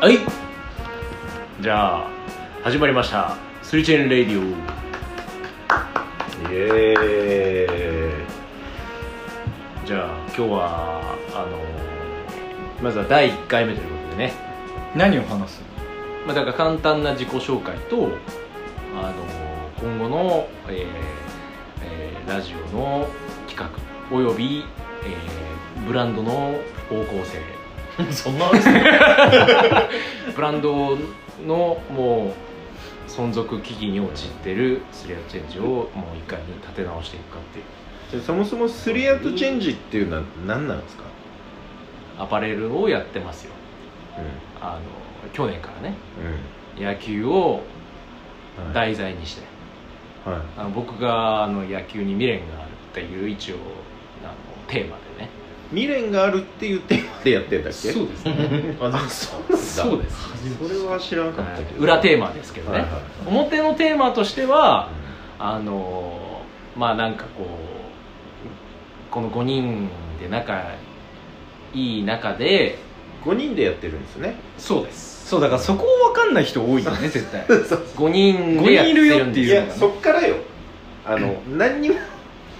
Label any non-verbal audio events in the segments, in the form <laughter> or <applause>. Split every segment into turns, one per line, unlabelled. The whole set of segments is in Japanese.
はいじゃあ始まりました「スリチェーン・レディオ」
イエーイ
じゃあ今日はあのまずは第1回目ということでね、
何を話す
まあ、だから簡単な自己紹介とあの今後の、えーえーラジオの企画および、えーブランドの方向性
の <laughs> そんな話す
<laughs> ブランドのもう存続危機に陥ってるスレアチェンジをもう一回に立て直していくかっていう
じゃあそもそもスリアとチェンジっていうのは何なんですか、
アパレルをやってますよ
う
あの去年からね
んうん
野球を
はい
題材にして、
はい
あの僕があの野球に未練があるっていう一応あのテーマでね
未練があるっていうテーマでやってん
う
だっけ
ですね
<laughs> あそうなんだ
そうです、
それは知らなかっ
は
たけ
い
ど、
裏テーマですけどね、
はいはい
表のテーマとしてはあのまあなんかこうこの5人で仲いい中で
5人でやってるんですね
そうです
そうだからそこを分かんない人多いよ <laughs> ね絶対
5人でやってるんです
い
いや
やそっからよあの何にも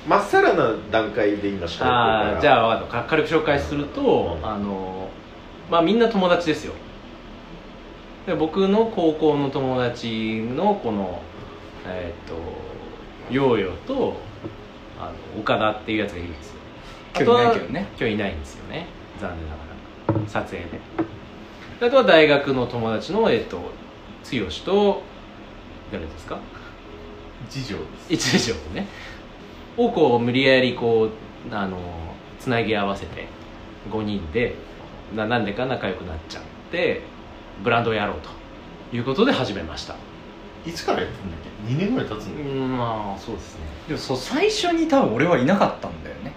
まっさらな段階で今しか
あーじ
あ
ゃあわかった軽く紹介すると、
うん
あのまあみんな友達ですよで僕の高校の友達のこのえーっ、とヨーヨーとあの岡田っていうやつがいるんですよあと
興味な
はい
けどね
今日いないんですよね残念ながら撮影でであとは大学の友達のえーっ、と剛と誰ですか
事情で
一条とねをこう無理やりこうあのつなぎ合わせて5人でななんでか仲良くなっちゃってブランドをやろうということで始めました
いつからやってんだっけ2年ぐらい経つ
うん
だよ
んまあそうですね
でもそう最初に多分俺はいなかったんだよね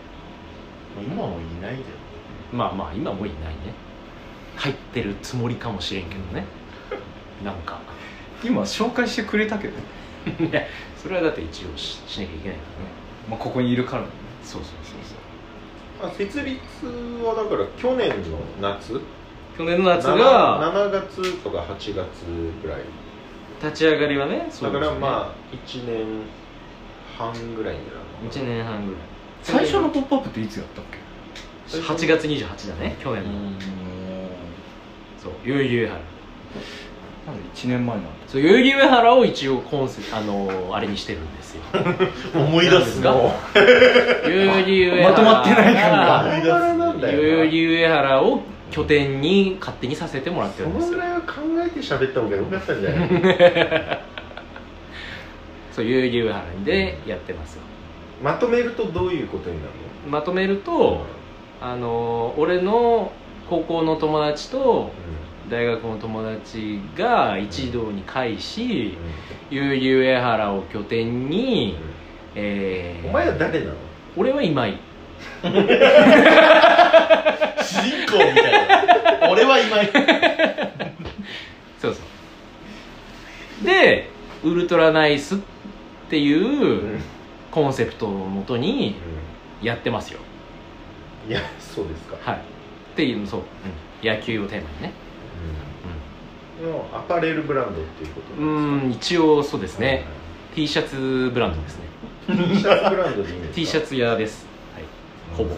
今もいないだよ
まあまあ今もういないね入ってるつもりかもしれんけどねなんか
今紹介してくれたけど、
いやそれはだって一応ししなきゃいけないからね
まあ、ここにいるからね
そうそうそうそう
設立はだから去年の夏
去年の夏が
7, 月とか8月ぐらい
立ち上がりはね
だから
あ
まあ1年半ぐらいになるのか
1年半ぐらい
最初の「ポップアップっていつやったっけ
8月28だね去年の、そう代々木上原
まだ1年前なんだ
そう代々木上原を一応コンセあのーあれにしてるんです <laughs> よ
<laughs>
思い出す
なん <laughs>
の
代々木上原
まとまってない感が
思い出す
バラバラなんだ
代
よ
々木上原を拠点に勝手にさせてもらって
そ
るんです
のぐ
よ
らいは考えて喋った方が良かったんじゃない <laughs>
そう代々木上原でやってますよ
まとめるとどういうことになる
まとめる
の
と、あのー俺の高校の友達と大学の友達が一堂に会し代々木上原を拠点に、え
うん
ー
お前は誰なの
俺は今井
主人公みたい
<laughs>
な俺は今
そうそうでウルトラナイスっていうコンセプトをもとにやってますよ
いやそうですか
はいっていうそう、うん野球をテーマにね
のアパレルブランドっていうこと
う
なん
ん一応そうです
で
ね T シャツブランドですね
すか T シャツブランドでいいんですか
T シャツ屋ですはいほぼ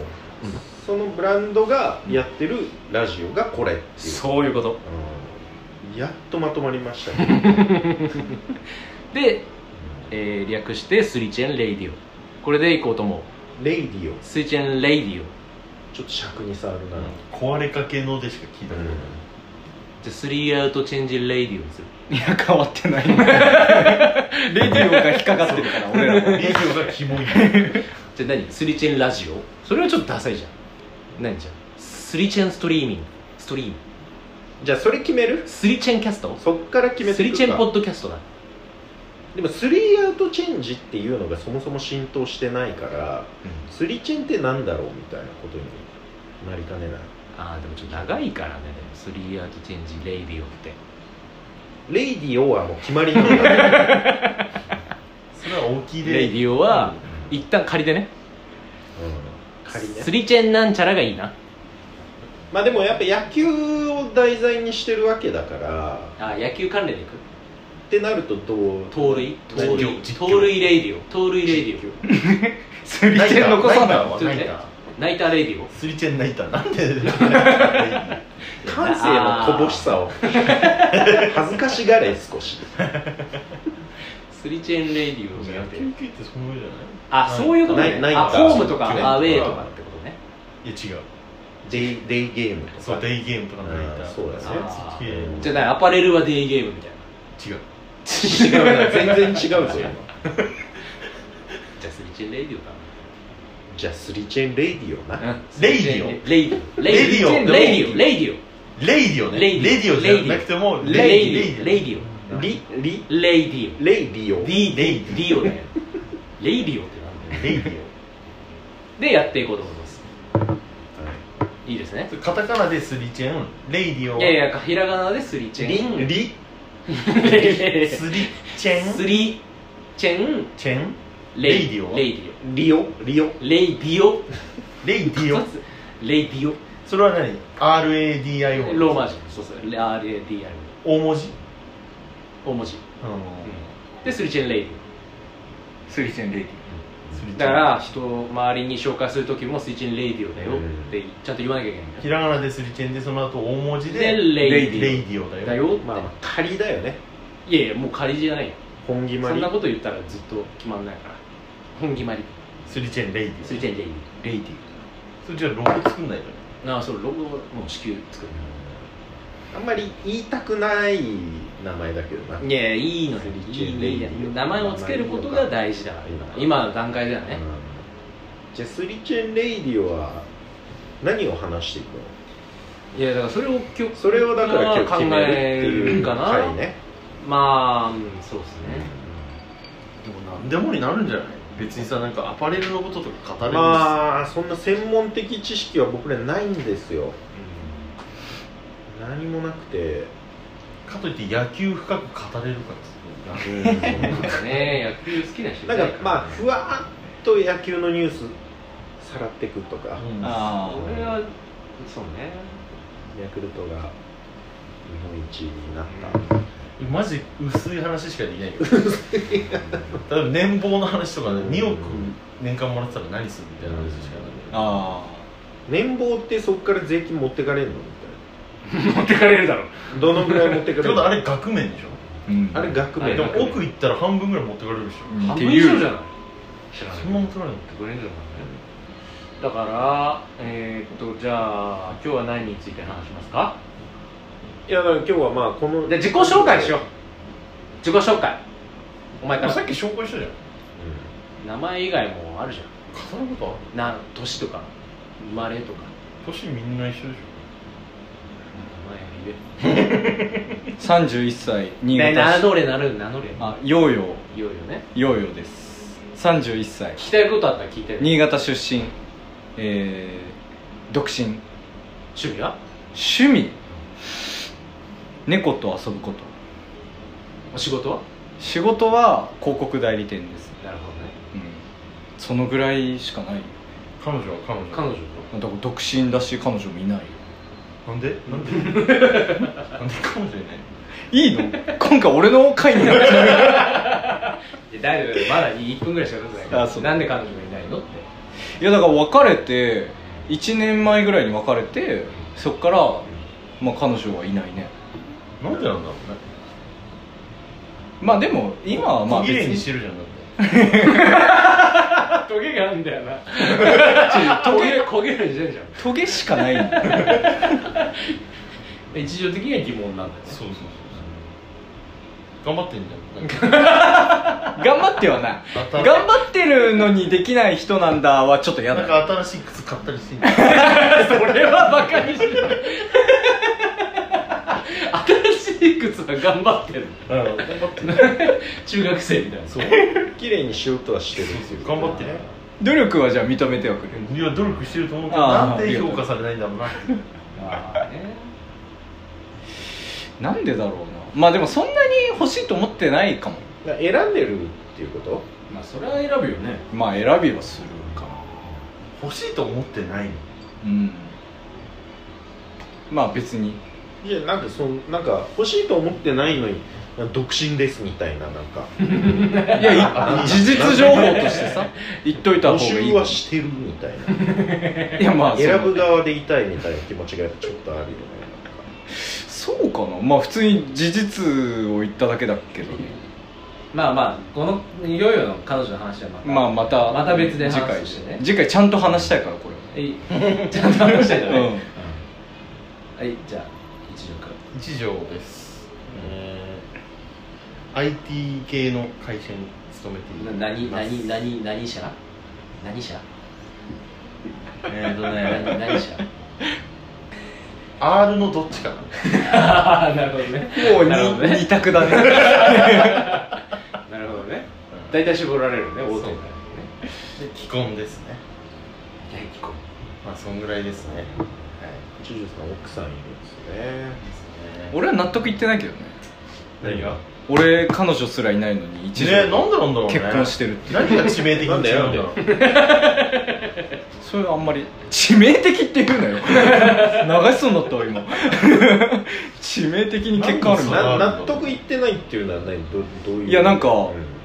そのブランドがやってるラジオがこれっていう
そういうこと
うんやっとまとまりました
<laughs>
ね
で、えー略してスリチェンレイディオこれでいこうと思う
レイディオ
スリチェンレイディオ
ちょっと尺に触るな、
壊れかけのでしか聞いたことない
じゃあスリーアウトチェンジレイディオにする
いや変わってないんだレディオが引っかかってるから俺らは
レディオがキモいんだよ
じゃあ何スリチェンラジオそれはちょっとダサいじゃん何じゃあスリチェンストリーミングストリーム
じゃあそれ決める
スリチェンキャスト
そっから決めて
ス
く
リ
か
チェンポッドキャストだ
でもスリーアウトチェンジっていうのがそもそも浸透してないから、
う
スリーチェンってなんだろうみたいなことになりかねない
ああでもちょっと長いからねでもスリーアウトチェンジレイディオって
レイディオはもう決
<laughs>
まりなんだ
それは大きいで
レイディオは一旦仮でね
うん仮ね
スリチェンなんちゃらがいいな
まあでもやっぱ野球を題材にしてるわけだから
あ野球関連でいく
ってなるとどう
盗塁
実
盗
況
塁
実況
盗塁レイディオ盗塁レイディ
スリチェン残さない
は
ちょっと
泣い
ね
た
オナイターレイディオ
スリチェン泣いたなんで
感性の乏しさを恥ずかしがれ少し
スリチェーンレイディオじゃな
野
くて
球系ってその上じゃな
あそういうこと
な
ね
いないん
あ
だ
ホームとか
アウェーとかってことね
いいや違う
デイデイゲームと
そ
か
うデイゲームとか泣い
あ
た
ーそうだね
すげえ
うん
じゃあ何アパレルはデイゲームみたいな
違う
違うな全然違うぞ今
じゃあスリチェーンレイディオだな
じゃあスリチェンレイディオな
レイディ
オレイディオレイディオ
レ
レイデ
イデ
ィ
ィ
オ
オ
レイディ
レイディオね
レイディオ
レイディオじゃなくても
オレイディオ
レ
レイ
イ
デ
デ
ィ
ィオ
リリ
オレイディオ
レイディオ
ディディディオだよレイディオってなんだよ
レイディ
でやっていこうと思います
はい
いいですね
オカタカナでスリチェンレイディオ
いやいやひらがなでスリチェ
リ
ーン
リ
ス
スリチェン
リチェーン
チェン
レイ
レイディオ
レイディ
リオリオ
オレイディオ
レイディオ
レイディ
それは何 ?RADIO
オローマ字そうそう RADI
大文字
大文字
う
でスリチェーンレイディ
スリチェンレイディ
ん
オだから人を周りに紹介する時もスリチェーンレイディオだよってちゃんと言わなきゃいけない
ひらがなでスリチェンでその後大文字で
でレイディオ
レイディオだよ
だよって、
まあまあ仮だよね
いやいやもう仮じゃないよ
本決ま
そん
り
なこと言ったらずっと決まんないから本決まり
スリチェンレイディオ
スリチェンレイディ
オレイディ
それじゃあロゴ作んないとね
オなあそうロゴもう支給作る
あんまり言いたくない名前だけどない
やいいのよ
スリチ
い
ェ
い
ン
の
レイ
いい
ディオ
の名前をつけることが大事だから今今の段階ではね、
じゃあスリチェンレイディオは何を話していくの
いやだからそれを今日
それをだから今日
考
決めるって
え
い
る
う
かな、
回ね
まあ、うん、そうですね、
でもになるんじゃない別にさなんかアパレルのこととか語れるあ
まあそんな専門的知識は僕らないんですよ何もなくて、 <laughs>
かといって野球深く語れるか、
なんかね野球好きな人い
ないん
ら
かまあふわっと野球のニュースさらってくとから
う、ん
ああ
俺はそうね
ヤクルトが日本一になった、
マジ薄い話しかできないよ例えば年俸の話とかで2億年間もらってたら何するみたいな話しかない
あ
年俸ってそこから税金持ってかれるのみ
持ってかれるだろう
たいなどのぐらい持ってか <laughs> れる
けど
の
あれ額面でしょ
あうん
あれ額
は
面
い
でも奥行ったら半分ぐらい持ってかれるでしょ、
うん
半
って
分以
いう
上じゃない知らない
そんな持ってかれるの
ってくれんじゃないだからえー、っとじゃあ今日は何について話しますか
いやだから今日はまあこの
で自己紹介しよう自己紹介お前か
まあさ
ら
っき紹介したじゃん
名前以外もあるじゃ
語ることある
んな年とか生まれとか
年みんな一緒でし
31歳新
名前言え
潟
名
市
乗れなる名乗れ
あヨーヨー
いよいよね
ヨーヨーです31歳
聞きたいことあったら聞いて
新潟出身えー、独身
趣味は
趣味猫と遊ぶこと
お仕事は
仕事は広告代理店です、
なるほどね
うん、そのぐらいしかないよ
ょ彼女は彼女
彼女と
だから独身だし彼女もいないよ
なんでなんでなんで彼女いない
い
<laughs>
いの今回俺の回になっちゃう
いや大丈夫まだ1分ぐらいしか経ってない
あそう
なんで彼女がいないのって
いやだから別れて1年前ぐらいに別れてそっから、まあ、彼女はいないね
なんでなんだろうね
まあでも今はまあ
小綺麗に
に
してるじゃんだって
あトゲがあるんだよなトゲ焦げるにしてんじゃん
トゲしか
<laughs>
ないんだよ
日常的には疑問なんだよね
そうそうそうそう頑張ってんじゃんなんか
頑張ってはない
また
頑張ってるのにできない人なんだはちょっと嫌
なん
だ
か新しい靴買ったりしてんじゃん
それはバカにしない新しい靴は頑張ってる
うん頑張ってる
中学生みたいな
そうそう
綺麗にしようとはしてる
そう頑張ってる
努力はじゃあ認めてはくれる
いや努力してると思うけど
あー
なんで評価されないんだろうなって
あね
なんでだろうなまあでもそんなに欲しいと思ってないかも
だから選んでるっていうこと
まあそれは選ぶよね
まあ選びはするかな
欲しいと思ってないの
うんまあ別に
いやなんかそのなんか欲しいと思ってないのに独身ですみたいななんか
い
<laughs>
やい事実情報としてさ言っといた
募
方がい
集
いかも
はしてるみたいない
やまあ
選
そ
ぶ
う
側でいたいみたいな気持ちがやっぱちょっとあるよね
そうかなまあ普通に事実を言っただけだけどね
まあまあこのいよいよの彼女の話はまた
まあまた
また別で
次
話
回
してね
次回ちゃんと話したいからこれ
えいちゃんと話したいんだね、
うん
はいじゃあ一条君
一条です、えー IT 系の会社に勤めています
な何何何何社何社
えーと
何
ね
何社 <laughs>
R のどっちかな
ああなるほどね
もう
なるほど
に
ね
二択だね <laughs>
なるほどね大体絞られるね大手になるね
で既婚ですね
大輝君
まあそんぐらいですね
ジュジュさん奥さんいるんですね
俺
俺は納得いってないけどね
何が
俺彼女すらいないのに一
ねなんでな
条
んだろうね
結婚してるっていう
何が致命的に違うんだろう
それはあんまり致命的って言うなよ流しそうになったわ今致命的に結果あるん
なんでそん
だ
な納得いってないっていうのは何どどういう
い
い
やなんか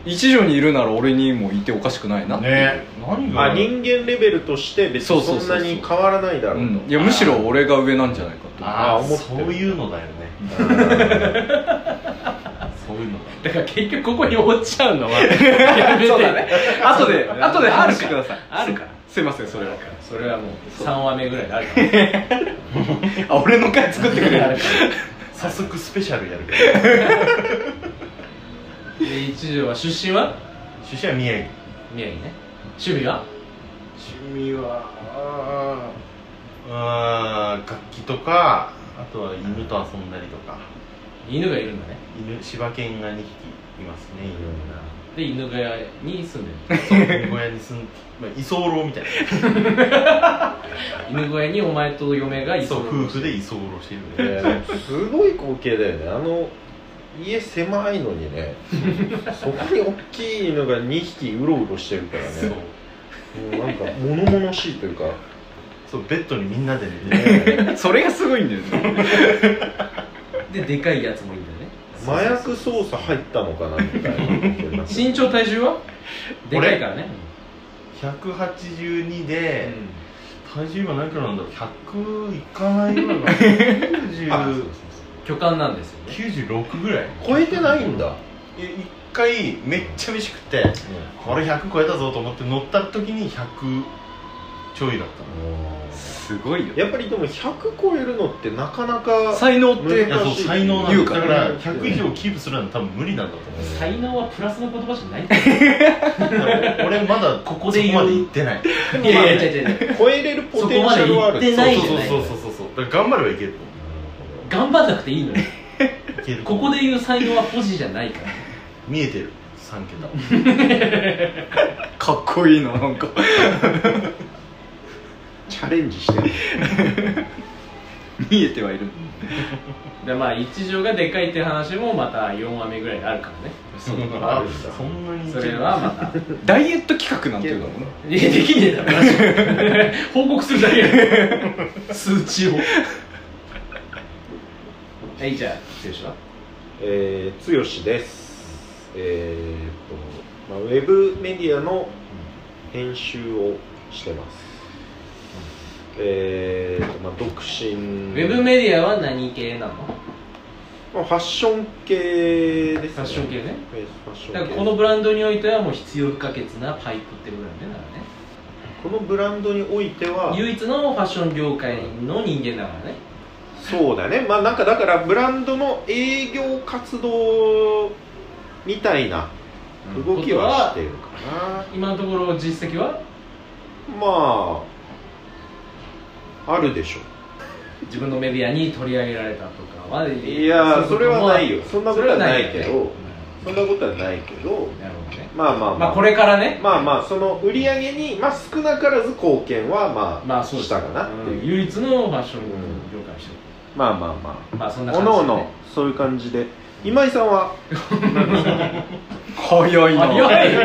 一条にいるなら俺にもいておかしくないなって
ね何が
あ人間レベルとして別
そう
に
そ
そう
そうんそう
なに変わらないだろ
う
うと
ん、いやむしろ俺が上なんじゃないかと
あ
あー
あ
思ってる
そういうのだよねそういうのだ
だから結局ここに落ちちゃうの <laughs> はやめて
そうだね後で後で話してください
あるから
すいませんそれは
それはもう3話目ぐらいであるから
あ俺の回作ってくれる
早速スペシャルやるから
で一条は出身は
出身は宮城
宮城ね趣味は
趣味はあー楽器とかあとは犬と遊んだりとか
犬がいるんだね
犬柴犬が2匹いますね
で犬小屋に住んでる
犬がそう小屋に住ん <laughs> まあ居候みたい
犬小屋にお前と嫁が
なそう
居候
夫婦で居候してる
い
ね
やでもすごい光景だよねあの家狭いのにねそこに大きい犬が2匹うろうろしてるから
そう
ねもうなんか物々しいというか
そうベッドにみんなで寝て
ね
それがすごいんだよね
ででかいやつもいいんだよね
麻薬捜査入ったのかなみたいな
身長体重はでかいからね
182で、
うん
体重今何キロなんだろう100いかないぐらいかな <laughs>
あ
90
巨漢なんですよね
96ぐらい
超えてないんだ、
え一回めっちゃ飯食ってこれ100超えたぞと思って乗った時に100ちょいだったの
すごいよ
やっぱりでも100超えるのってなかなか
才能って
い
難
やそう
しい
才能なん
言
だ
うから
だから100以上キープするのは多分無理なんだと思う
才能はプラスの言葉じゃないんだよ
<laughs> 俺まだここでそこまで行ってない
いやいやいやいやいや
超えれるポテンシャルはあ
そこまで行っ
る
てない
そ
じ
う
ゃ
そう
ない
そうそうそうそうだから頑張ればいける
頑張んなくていいのよ
いける
ここで言う才能はポジじゃないから
見えてる3桁
かっこいいななんか
チャレンジしてる
見えてはいる
でまあ一条がでかいって話もまた4話目ぐらいであるからね
<laughs> そん
なあるんだ
なにいけ
そ
る
れはまた
ダイエット企画なんていうのもね
<laughs> いやできねえだろマジで報告するだけや数値を <laughs> はいじゃあ剛は
えー、剛ですえーっと、まあ、ウェブメディアの編集をしてます、えーっと、まあ、独身ウ
ウェブメディアは何系なのフ
まあ、ファッション系です
ァ
ね
ッション系ね
ファッション系
だからこのブランドにおいてはもう必要不可欠なパイプってことなんだよねだからね
このブランドにおいては
唯一のファッション業界の人間だからね
そうだねまあなんかだからブランドの営業活動みたいな動きはしてるかな、
今のところ実績は
まああるでしょ
自分のメディアに取り上げられたとかはい
やーそれはないよそんなことはないけど
それはないよね
そんなことはないけど
うんなるほどね
まあまあま
ま
あ
あこれからね
まあまあその売り上げに、まあ、少なからず貢献はまあ、
まあそうで
し
すね
たかなって
うん
いう、
唯一のファッション業界の人
まあまあま
まあそん
あ
な
お
感
のお
じで
の
ね
そういう感じで今井さん
<laughs>
は
早いな
早い
な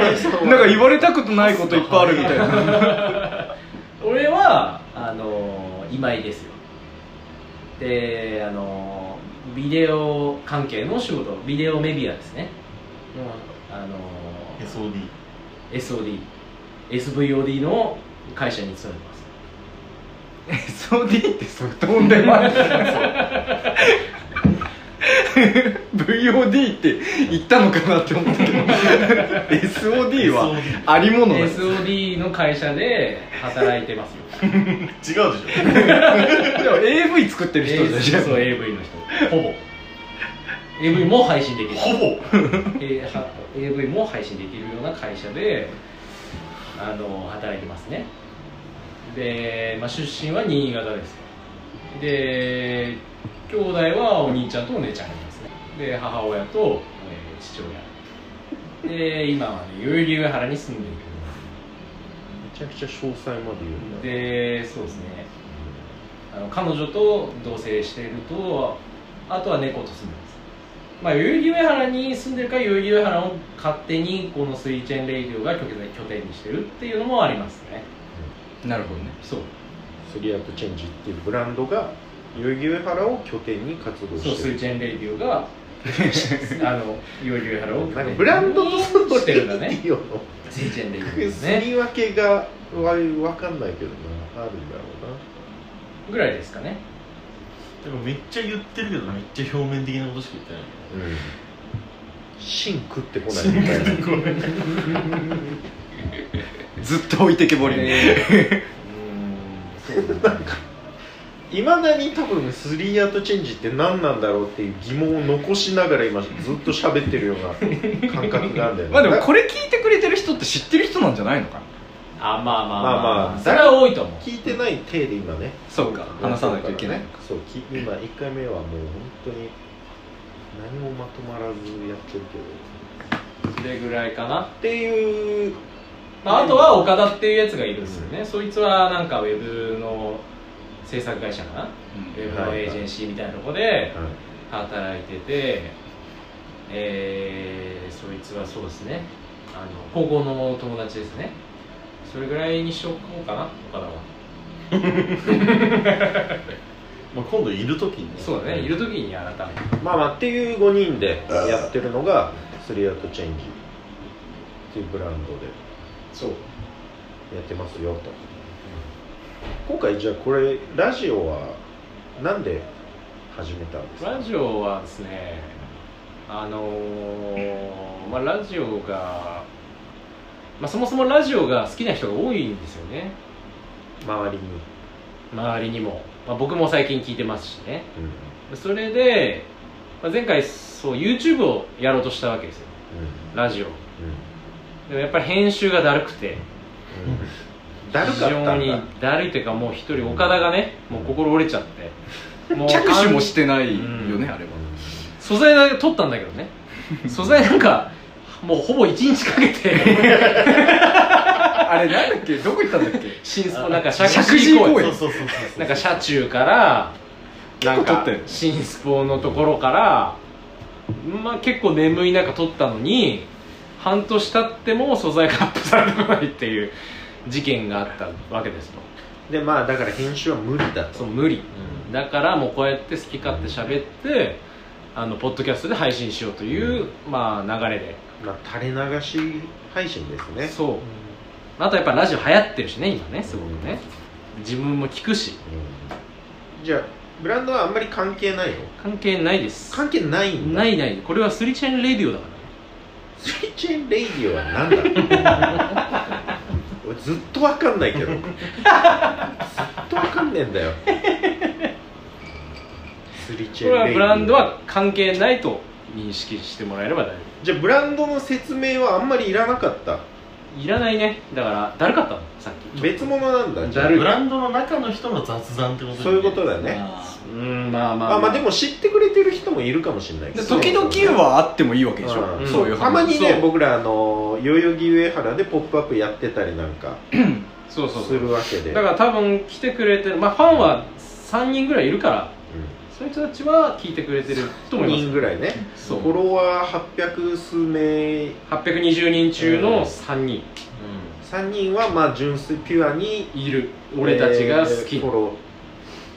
んか言われたことないこといっぱいあるみたいな
俺はあのー今井ですよであのビデオ関係の仕事ビデオメディアですねのあの
SOD
SOD SVOD の会社に勤めてます
SOD ってそういう問題もある VOD って言ったのかなって思ったけど SOD は
SOD
ありものです
SOD の会社で働いてますよ
違うでしょ
でも AV 作ってる人でしょ
そう AV の人ほぼ AV も配信できる
ほぼ
えーは AV も配信できるような会社であの働いてますねで、まあ、出身は新潟ですで兄弟はお兄ちゃんとお姉ちゃんがいますねで母親と、えー父親で今はね代々木上原に住んでる
めちゃくちゃ詳細まで言うんだ
でそうですねあの彼女と同棲しているとあとは猫と住んでますまあ代々木上原に住んでるから代々木上原を勝手にこのスイーチェンレイディオが拠点拠点にしてるっていうのもありますね
なるほどね
そう
スリーアップチェンジっていうブランドが代々木上原を拠点に活動
そう
し
ス
て
イ
る
ーチェンレイディオ
<laughs>
があの代々木上原を拠
なん
点
か
に
ブランドとその
してるんだね
レイディオの
スイーチェンレイディオです
<laughs> す
ね
り分けがわ分かんないけどなあるんだろうな
ぐらいですか
<laughs>
ね
<laughs> でもめっちゃ言ってるけどめっちゃ表面的なことしか言ってない
芯食ってこないみたいな <laughs>
ずっと置いてけぼりね
でうーんそうだね
いまだに多分スリーアートチェンジって何なんだろうっていう疑問を残しながら今ずっと喋ってるような感覚なんだよね
まあでもこれ聞いてくれてる人って知ってる人なんじゃないのかな
あまあまあまあ、
ま
ま
あ
あ
まあ
それは多いと思う
聞いてない体で今ね
そうか話さないといけないのか
そうき今1回目はもう本当に何もまとまらずやってる
それぐらいかな
けどっていう
まあ、あとは岡田っていうやつがいるんですよね、そいつはなんかウェブの制作会社かな、ウェブのエージェンシーみたいなとこで働いてて、えーそいつはそうですねあの高校の友達ですねそれぐらいにしとこうかな岡田は
まあ今度いる時にね
そうだねいる時に改めて
まあまあっていう5人でやってるのがスリーアートチェンジっていうブランドで
そう
やってますよと今回じゃあこれラジオはなんで始めたんですか
ラジオはですねあのーまあラジオが、まあ、そもそもラジオが好きな人が多いんですよね
周りに、
周りにも、まあ、僕も最近聞いてますしねそれで、まあ、前回そう YouTube をやろうとしたわけですよラジオでもやっぱり編集がだるくて
だるかったんだ
非常にだるいというかもう一人岡田がねもう心折れちゃ
<laughs>
ってもう
着手もしてないよ
うん
ねあれは
素材だけ撮ったんだけど
<laughs>
ね素材なんかもうほぼ1日かけて
<laughs>
あれなんだっけどこ行ったんだっけ
新スポ
あ
なんか
石神
石神
公
そ
園
うそうそうそうそう
なんか車中から
結構撮ってん
な
の
んか新スポのところから、まあ、結構眠い中撮ったのに半年経っても素材がアップされてこないっていう事件があったわけですと
でまあだから編集は無理だと
そう無理
う
だからもうこうやって好き勝手喋ってあのポッドキャストで配信しようという、まあ、流れで、
まあ垂れ流し配信ですね
そううんあとやっぱラジオ流行ってるしね今ねすごくね自分も聞くし
じゃあブランドはあんまり関係ないの
関係ないです
関係ないんだ
ないないこれはスリチェーンレディオだからね
スイッチェンレイディオは何だ俺ずっとわかんないけどずっとわかんねえんだよスリチ
こ
ェン
れ
レ
は
イディオ
ブランドは関係ないと認識してもらえれば大丈
じゃあブランドの説明はあんまりいらなかった
夫いらないねだからだるかったのさっき
別物なんだじゃあ
だるい
ブランドの中の人の雑談ってことだよね
そういうことだよね
うんまあま
あまあでも知ってくれてる人もいるかもしれないけ
で
ど
時々はあってもいいわけでしょ、
うん
そういう話
たまにね
そう
僕らあの代々木上原で「ポップアップやってたりなんか
そうそう
す
そう
るわけで
だから多分来てくれてるまあファンは3人ぐらいいるからそういう人たちは聞いてくれてると
5
思い
人
ま
ぐらいね
すそ
フ
う
ォロワー800数名
820人中の3人
3人はまあ純粋ピュアに
いる俺たちが好
え
き
ーフォロ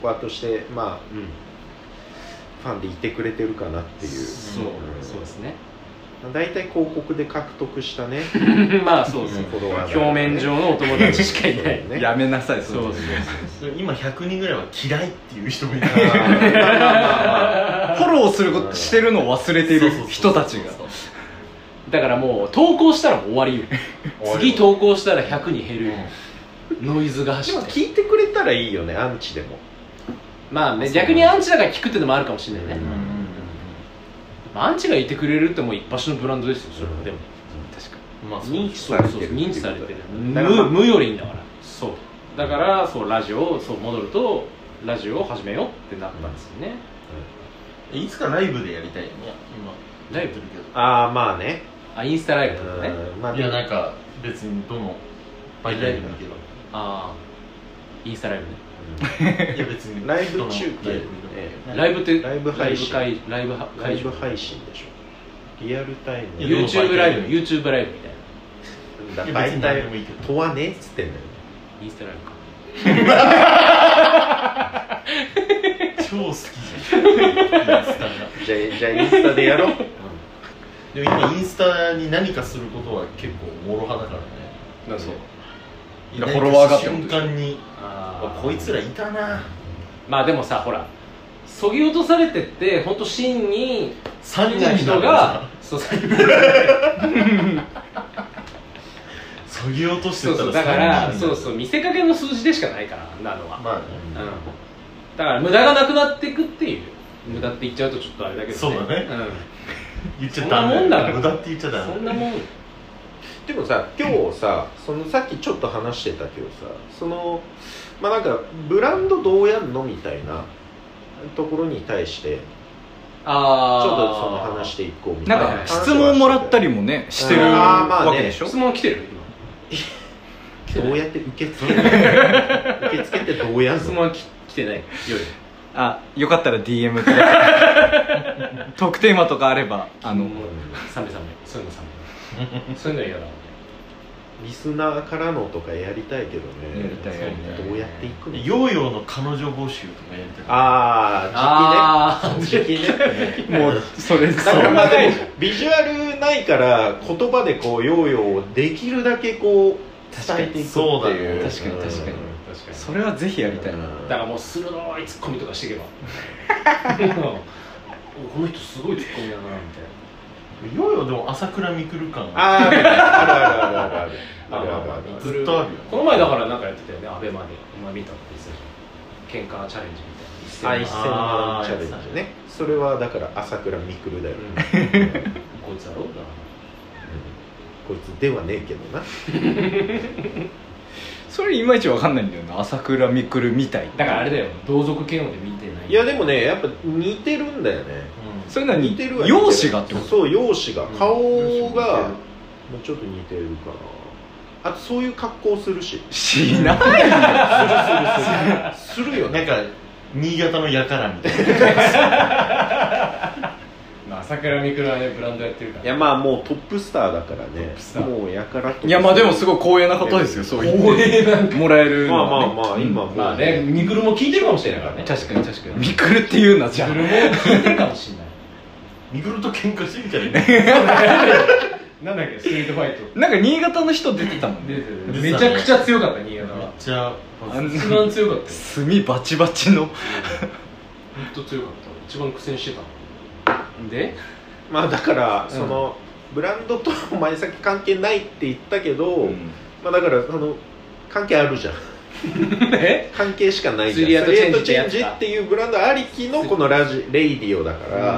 パーとしてまあ、うん、ファンでいてくれてるかなっていう
そう
そうですね <laughs>
大体広告で獲得したね
まあそうです
うん
ね
フォロワーだからね
表面上のお友達しかいない
そうね
やめなさい
そうそうそう
今100人ぐらいは嫌いっていう人もいた
あーまあまあまあまあ
フォローすることしてるのを忘れている人たちが
そうそうそ
だからもう投稿したら終わりよ
う
次投稿したら100に減るよ
うん
ノイズが
で
走
も
って
聞いてくれたらいいよねアンチでも
まあね逆にアンチだから聞くってのもあるかもしれないね、
うん
まあアンチがいてくれるってもう一発のブランドですよそれはでも、確か
まあそう
認知
そ
そうう
そう
そう認知されてる
だからまあ
無無よりんだからそうだからそうラジオそう戻るとラジオを始めようってなったんですよね、
いつかライブでやりたいよね今
ライブ
やってるけ
ああまあね
あインスタライブとかね
うんまあ
どいやなんか別にどの媒体でもいいけど
ああインスタライブね
いや別に
ライブ中継
どのライブでもいいけど
ライブって
ライブ配信
ライブ会ライブは
ライ
会
ブ
場
配信でしょリアルタイム
いや
YouTube ライブ YouTube ライブみたいな
だ
いや別
大
に何でも
体
いいけど
問わねえっつってんだよ
インスタライブか
超好きじゃんインスタが
じゃあじゃあインスタで <laughs> やろう
でも今インスタに何かすることは結構もろ派だからね
なそう
いやフォロワーがってこと
瞬
でしょ
間に
あ
あ
あ
こいつらいたな
まあでもさほらそぎ落とされてって本当真に好
3
きな人がそう
そぎ落として
そうそ
た
う
ら
だから
3人
そうそう見せかけの数字でしかないからあんなのは、
まあね
うん、だから無駄がなくなっていくっていう無駄って言っちゃうとちょっとあれだけど、ね、
そうだね言っちゃ
そんなもんだから
無駄って言っちゃ
うん
ダメ
そんなもん
でもさ今日さそのさっきちょっと話してたけどさそのまあなんかブランドどうやんのみたいなところに対してちょ
あ
っ
あ
とその話していこうみたい
な
なん
か質問もらったりもねしてる
うんあーまあね
わけでしょ
質問来てる
どうやって受け
<laughs>
付ける受け付けってどうやんの
質問き来てないよ
あよかったら DM くださいトークテーマとかあればあの
サメサメそういうのサメそういうの嫌だもんね
リスナーからのとかやりたいけどね
やりたいやりたい
どうやっていくの
ヨーヨーの彼女募集とかやりたい
ああ時期
<laughs>
ね時期ね
もうそれ
な
そ
かな
う
かでもビジュアルないから言葉でこうヨーヨーをできるだけこう伝えていくって
そうだ
いう
ね
確かに確かに
うん
確かに
それはぜひやりたいな
だからもう鋭いツッコミとかしていけばうんこの人すごいツッコミだなみたいな
ヨーヨーでも朝倉未来感
あーあるあるあるあるあるあるあるある
ずっとあるよ
この前だからなんかやってたよねアベマでお前見たって言ってたじゃん喧嘩チャレンジみた
あ
いな
一
一斉
千万チャレンジねそれはだから朝倉未来だよ、うん
にこいつだろうな
こいつではねえけどな
それいまいちわかんないんだよな朝倉未来みたい
だからあれだよ同族嫌悪で見てない
いやでもねやっぱ似てるんだよね
うん
そういうのは
似
似
て
て
る
る
は似てる
容姿がってこと
そう容姿が
うん
顔が
似て
まあちょっと似てるかなあとそういう格好するし
しない
するよ
なん
ね
か新潟のやからみたいな
まあ朝倉未来はねブランドやってるから
いやまあもうトップスターだからね
プスター
もうやからと
いやまあでもすごい光栄なことですよそういう
光栄なん
もらえる
まあ
の
ま
は
あ
ね
まあ
うん
今もう
まあね未来も聞いてるかもしれないからね
確かに確かに未来っていうなじゃ
未
あ
来も聞いてるかもしれない
ミグルと喧嘩してみたいな
なんだっけストリートファイト
なんか新潟の人出てたもん
出
ね
てるめちゃくちゃ強かった新潟
めっ
は
ちゃ
あん
一番強かったよ
炭バチバチの
本当強かった一番苦戦してたで
まあだからその、ブランドとお前先関係ないって言ったけど、まあだからその関係あるじゃん
え
関係しかないじゃ
ス
ん
リアとチェンジ
スリアとチェンジっていうブランドありきのこのラジレイディオだから、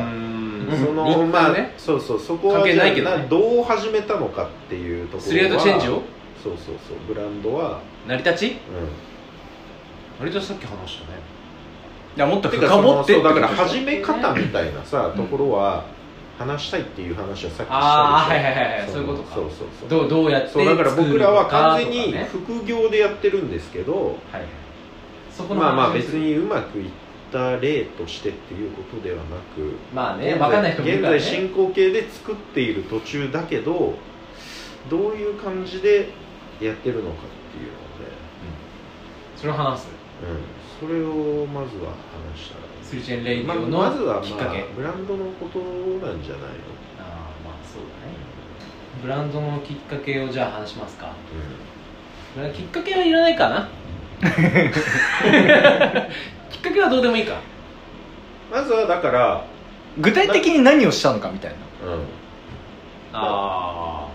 その、
うん
まあ、
ね
そうそうそこは
関係ないけどね
じゃあどう始めたのかっていうところは
スリアとチェンジを
そうそうそうブランドは、
成り立ち
う
成り立ちさっき話したね
いやもっと
ん、て
深
かそ
掘
の
って
そうだから
ってこと
始め方みたいなさ、ところは話したいっていう話はさっきしたでしょ
ああはいはいはいはいそういうことか
そうそうそう
どうどうやって
そうだから僕らは完全に
作るのかとかね
副業でやってるんですけど、
はいはいそこの
まあまあ
話
別
です
にうまくいった例としてっていうことではなく
まあね
現在
分かんない人もい
現
るから
在
ね
進行形で作っている途中だけどどういう感じでやってるのかっていうので
それを話す
それをまずは話したら
スリチェンレイデ
ま
ィオ
まずは
の
ま
きっかけ、
あブランドのことなんじゃないの、
ああまあそうだねブランドのきっかけをじゃあ話しますかまあきっかけはいらないか
<laughs>
なきっかけはどうでもいいか
まずはだから、
具体的に何をしたのかみたいな
うん
あ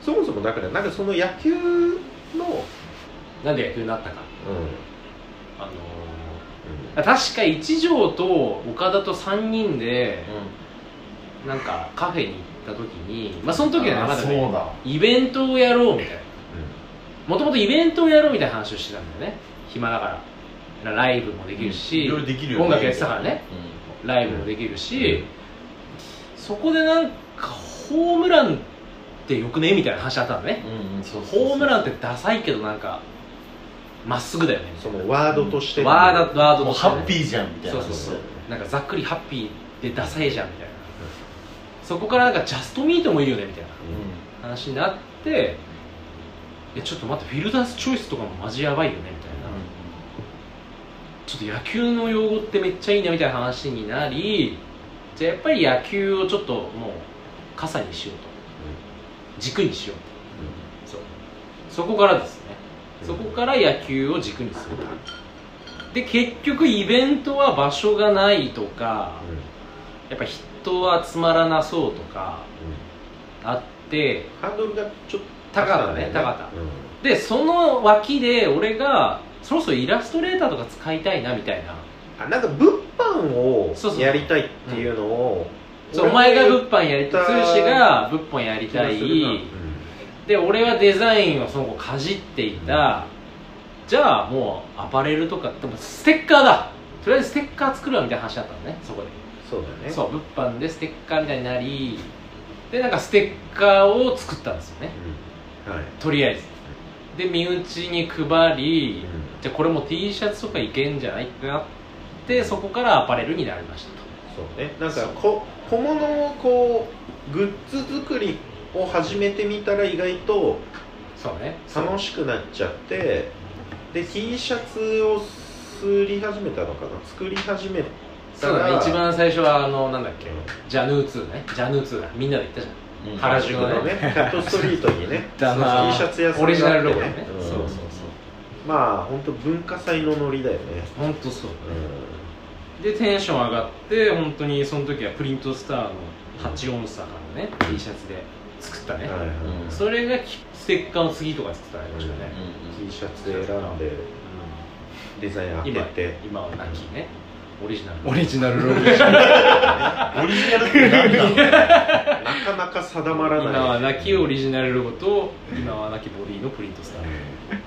そもそもだからなんかその野球の、
あなんで野球になったか
う
あのー確か一条と岡田と3人でなんかカフェに行った時にまあその時はなかったね
そうだ
イベントをやろうみたいなんもともとイベントをやろうみたいな話をしてたんだよね暇だからライブもできるし、
いろいろできるよね
音楽やってたからねライブもできるし、そこでなんかホームランってよくねみたいな話あったのね
うんうんうんそうそうそう
ホームランってダサいけどなんかまっすぐだよね
そのワードとして、
ワードワード
もう
として
ハ
ね
ッピーじゃんみたい
そ
な
うそうそうなんかざっくりハッピーでダサいじゃんみたいな、そこからなんかジャストミートもいいよねみたいな
う
話になってえちょっと待ってフィルダースチョイスとかもマジやばいよねみたいな、ちょっと野球の用語ってめっちゃいいなみたいな話になりじゃあやっぱり野球をちょっともう傘にしようと、軸にしようと、そうそこからですねそこから野球を軸にするで結局イベントは場所がないとか
うん
やっぱ人は集まらなそうとかあって
ハードルがちょっと
高かったね高かったでその脇で俺がそろそろイラストレーターとか使いたいなみたいな
うんあなんか物販
そうそう
をやりたいっていうのを
そうお前が物販やりたい剛が物販やりたいで俺はデザインをその子かじっていた、じゃあもうアパレルとかでもステッカーだとりあえずステッカー作るわみたいな話だったのねそこで
そうだね
そう物販でステッカーみたいになりでなんかステッカーを作ったんですよね
うんはい
とりあえずで身内に配り
うん
じゃあこれも T シャツとかいけんじゃないってなってそこからアパレルになりましたと
そうねなんかこ小物をこうグッズ作りを始めてみたら意外と
そうね
楽しくなっちゃってで T シャツをすり始めたのかな作り始めたら
そうだね一番最初はあのなんだっけ
うん
ジャヌー2ねジャヌー2だみんなで行ったじゃん
んうん
原宿のね
<laughs> キャットストリートに
<laughs>
ね
だな
T シャツ屋さ
オ
んがあってね
リジナルロゴね
うん
そうそうそう
まあ本当文化祭のノリだよね
本当そう
う
だね
ん
でテンション上がって本当にその時はプリントスターの8オンスターのね T シャツで作ったね、
はいはい
うん
それがきステッカーの次とか作ったね確かね、
うん
T シャツ選んでデザイン当て
今
て
今はなきねオリジナル
オリジナルロゴ
うんオリジナルって何なの
なかなか定まらない
今はなきオリジナルロゴと今はなきボディのプリントスター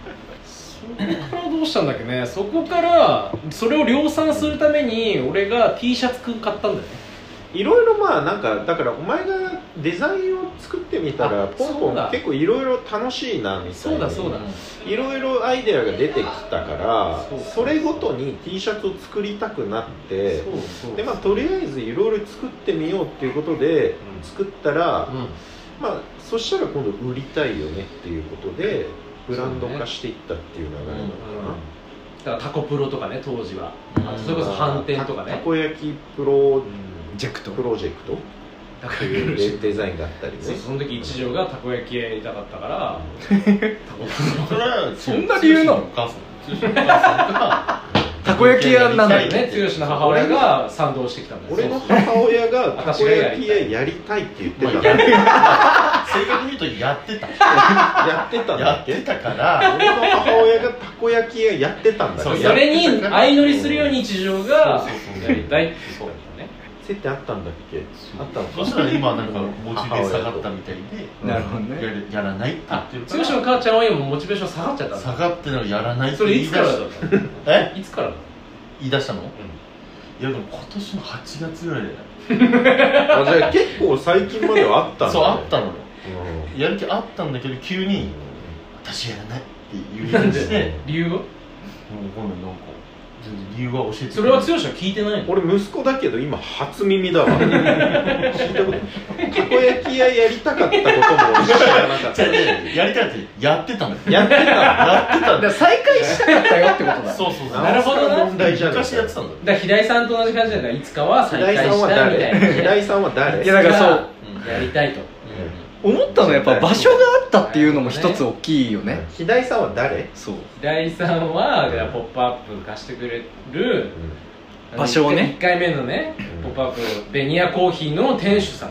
そこからどうしたんだっけねそこからそれを量産するために俺が T シャツ買ったんだよね
いろいろまあなんかだからお前がデザインを作ってみたら
あ
ポンポ
そう
ン
だ
結構いろいろ楽しいなみたいな
そうだそうだ
いろいろアイデアが出てきたから
そうそう
それごとに T シャツを作りたくなって
そうそう
でまあとりあえずいろいろ作ってみようっていうことで
うん
作ったら、
うん
まあそしたら今度売りたいよねっていうことでブランド化していったっていう流れなのか
だからタコプロとかね当時は、
うん
あとそ
な、
れこそ反転とか
た
ね
たこ焼きプロ
ジェクト
プロジェクトっ
だ
て
からいろ
い
いうろ
デデザインがあったりね
そうその時一条がたこ焼き屋やりたかった
<laughs>
からタコプ
それは
そんな理由なの
剛のお母さん剛のお母
たこ焼き屋なんだよ
ロね剛の母親が賛同してきたんだよ
俺の母親がた
私
こ
がや
焼
り
き
たい
屋やりたいって言って
さん
た
が
の、
まあ正確に言うとやってた
やってたん
や
だ
っ
っけ
てたから
俺の母親がたこ焼き屋やってたんだ
そう
それに相乗りするように一条が
そうそうそう
やりたいって言ったんだよね
接点あったんだっけあったのか
そしたら今なんかモチベ下がったみたい
うん
なるほど
で
ね
やるやらないって言ってる
剛
か
の母ちゃんは今モチベーション下がっちゃった
ら
んだ
下がってるのやらないって
それ
言
い
い
つ
出
からだっ
した
の
たえ
いつからだ
言い出したのいやでも今年の8月ぐらいだよ
あじゃあ結構最近まではあったんだ、ね、
そうあったのよ
うん
やる気あったんだけど急に「私やらない」って言うようにして
理由は
もうごめんなんか全然理由は教えてくれ
それは剛は聞いてないの
俺息子だけど今初耳だわ聞いたことたこ焼き屋やりたかったことも知らなかっ
じ
た
ゃあねやりたいってやってたのよ
やってた
やってたんだ
ら再会したかったよってことだ
そうそうそう
の
なるほどな
問題じゃない
昔やってたんだよ
だから平井さんと同じ感じだよねいつかは再会
平井さん
し
は
たみたいな
誰平井さんは誰
いやだからそう
うんやりたいと
思ったのはやっぱ場所があったっていうのも一つ大きいよね
平井さんは誰
そう
平井さんは「ポップアップ貸してくれるあの
場所をね
1回目のね「ポップアップベニヤコーヒーの店主さん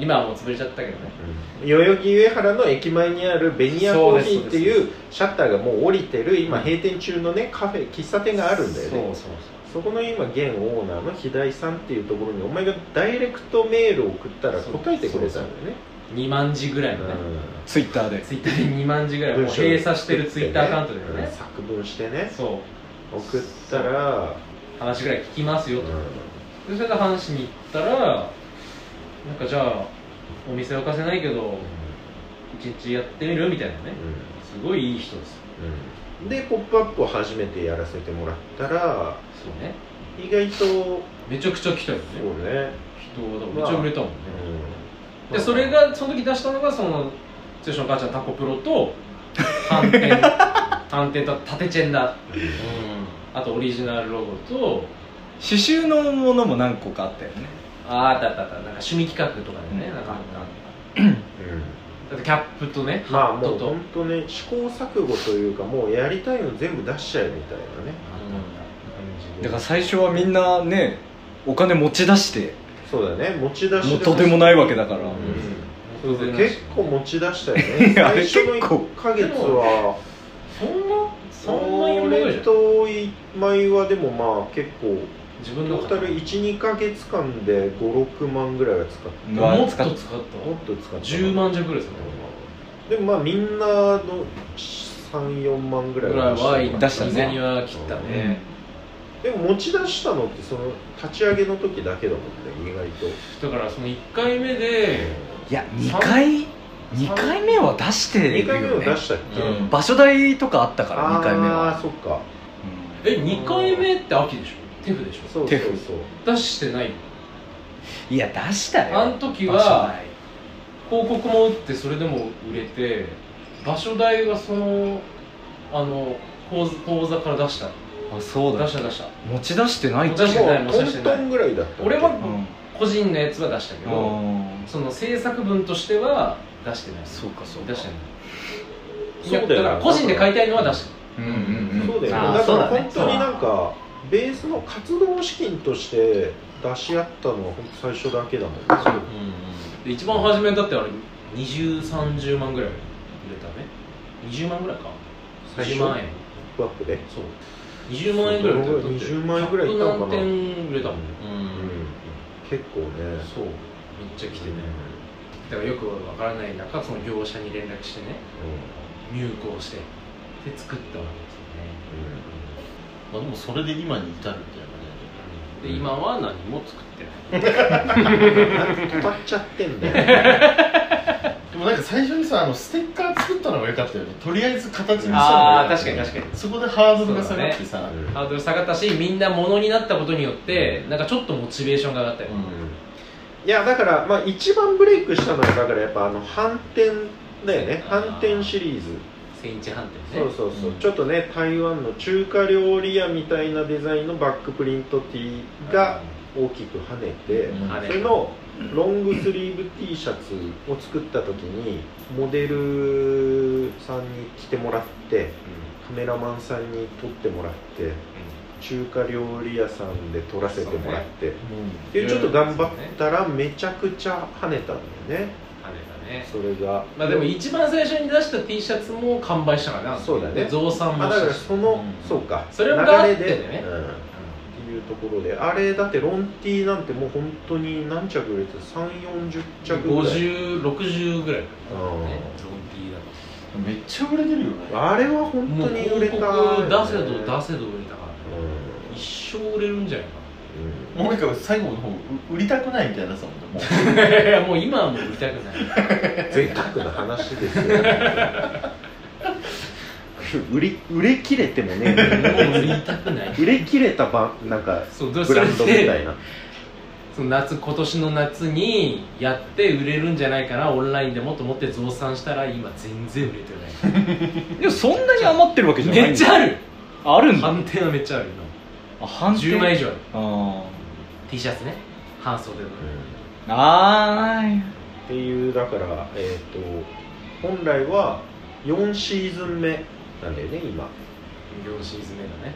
今はもう潰れちゃったけどね
代々木上原の駅前にあるベニヤコーヒーっていうシャッターがもう降りてる今閉店中のねカフェ喫茶店があるんだよね
そうそうそ
そこの今現オーナーの平井さんっていうところにお前がダイレクトメールを送ったら答えてくれたんだよね
う2万字ぐらいのね
う
ツイッターで
ツイッターで2万字ぐらい
ん
もう閉鎖してるツイッターアカウントで
うん
ね
作文してね
そ
送ったら
う話ぐらい聞きますよと
う
でそれで話しに行ったらなんかじゃあお店は貸せないけど一日やってみるみたいなね
んうん
すごいいい人です
で「ポップアップを初めてやらせてもらったら
そうね
意外とそ
めちゃくちゃ来たよね
うね、
人がだからめっちゃ売れたもんね、
うん、
でそれがその時出したのがその剛の母ちゃんタコプロと反転反転と縦チェンダあとオリジナルロゴと
刺繍のものも何個かあったよね
あーあったあったあったなんか趣味企画とかでね、
うん
なんかあった
うん
だってキャップとね
まあも
と
う
と
本当ね試行錯誤というかもうやりたいの全部出しちゃえみたいなね
だから最初はみんなねお金持ち出して
そうだね持ち出し
元手もないわけだから
うん
うん
そうだね結構持ち出したよ
いやあ
ね
れ
最初の
結構
1ヶ月は
そんなそんな夢ない
俺
じゃん
と今井はでもまあ結構
自
ト
分の
ー
方
タル12ヶ月間で56万ぐらいは使った
うわ
もっと使
使
っ
った
もっと使った
10万弱ぐらいですよね
でもまあみんなの34万ぐらい
ぐらいは
出したね
以前には切ったね、
でも持ち出したのってその立ち上げの時だけだもんね意外
<laughs>
と
だからその1回目で
いや2回2回目は出してる
2
よ
回目を
ね
出したっけ、
うん
場所代とかあったから2回目
ああ
は
そっか
うん
え2回目って秋でしょテフでし
そうそ
テ
う
フ
そう
ょ出してないよ
いや出したよ
あの時
場所
は
代
広告も打ってそれでも売れて場所代がそのあの口座口座から出した
あそうだ
出した出した
持ち出してないっけ
持ち出してない
も
もう
うト
出し
ン
てない
トンぐらいだった
俺
う
は
ん
うん
個人のやつは出したけど
あ
その制作分としては出してない
そうかそうか
出してないい
そうだ
や
よな
だから個人で買いたいのは出して
ーうんうんうん
そうだよ
あー
ねだから
そうだね
本当になんかベースの活動資金として出し合ったのは本当最初だけだもんね
うんうん
で一番初めだってあれ2030万ぐらい売れたね20万ぐらいか
最初
20万円
ポップアップで
そう20万円ぐらい売れたよだって
20万円ぐらいいったのかな
100何点売れたもん
うん
結構ね
そうめっちゃ来てねだからよくわからない中その業者に連絡してね入稿してで作ったわけですよね
まあでもそれで今に至るみた
で
いなね
今は何も作ってない
止まっちゃってん <laughs> だよ
でもなんか最初にさあのステッカー作ったのが良かったよねとりあえず形にしたの
ああ
が良
確かに確かに
そこでハードルが下がってさ
うん
ハードル下がったしみんなものになったことによってなんかちょっとモチベーションが上がったよ、
いやだから、まあ、一番ブレイクしたのはだからやっぱあの反転だよね
あー
反転シリーズ
千一飯店
そ
ね
うそうそう、
うん
ちょっとね台湾の中華料理屋みたいなデザインのバックプリント T が大きく跳ねて、
うん
あれ
それのロングスリーブ T シャツを作った時にモデルさんに着てもらってカメラマンさんに撮ってもらって中華料理屋さんで撮らせてもらって、っていうちょっと頑張ったらめちゃくちゃ跳ねたんだよね
あれだね
それが
まあでも一番最初に出した T シャツも完売したからな
そうだね
で増産
あ
も
だ
し
から
たし
その、
うん
そうか
それもあって
流れで
ね
うん、っていうところであれだってロンティーなんてもう本当に何着売れて3四4 0着ぐらい
5060ぐらいだ
う
ねロンティーだと
ん
めっちゃ売れてるよね
あれは本
も
当
う
に売れ
広
た
告出
よね、
せど出せど売れたから
うん
ね、一生売れるんじゃないか
もう一回最後の方う売りたくないみたいなさもんねもう
ないやもう今はもう売りたくない <laughs>
うん贅沢な話ですよ売り売れ切れてもねえのに
もう言いたくない
売れ切れたばなんか
そうどう
ブランドみたい
な
な
その夏今年の夏にやって売れるんじゃないかなオンラインでもっともって増産したら今全然売れてな
でもそんなに余ってるわけじゃない
いめっちゃある
ゃあるんだ
半店はめっちゃあるよ
あ半
10枚以上ある
あ
T シャツね半袖の
ーあー
っていうだからえっ、と本来は4シーズン目なんだよね今、
4シーズン目だね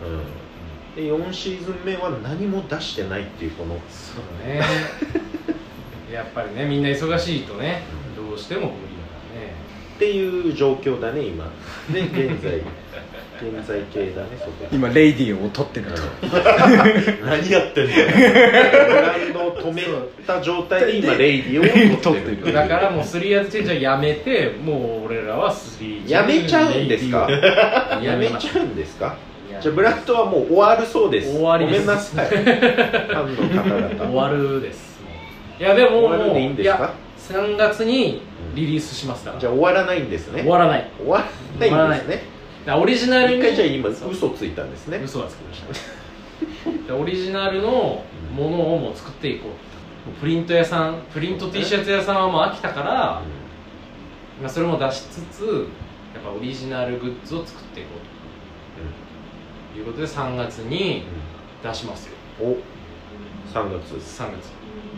うん、で4シーズン目は何も出してないっていうこの
そうねやっぱりねみんな忙しいとねどうしても無理だ
っていう状況だね今で現在現在系だねそこ
今レイディオを撮ってると
何やってんだよ
ブランドを止めた状態で今レイディを撮ってる
からねだからもう 3R チェンジャーやめてもう俺らは 3R
やめちゃうんですかや
や
め
めま
ち
し
ゃうんですか
た
じゃあブランドはもう終わるそうです
終わりです
ごめんなさいファンの方
<laughs>
々
終わるですもういやでも
終わるでいいんです
も
か
ういや3月にリリースしますだから
じゃあ終わらないんですね
終わらないだか
終わらないんですね
らオリジナル
一
に
回じゃあ今
そう
嘘ついたんですね
嘘はつきましたねでオリジナルのものをもう作っていこうもうプリント屋さんプリント T シャツ屋さんはもう飽きたから、まあ、それも出しつつやっぱオリジナルグッズを作っていこうということで3月に出しますよ
うんお3月
3月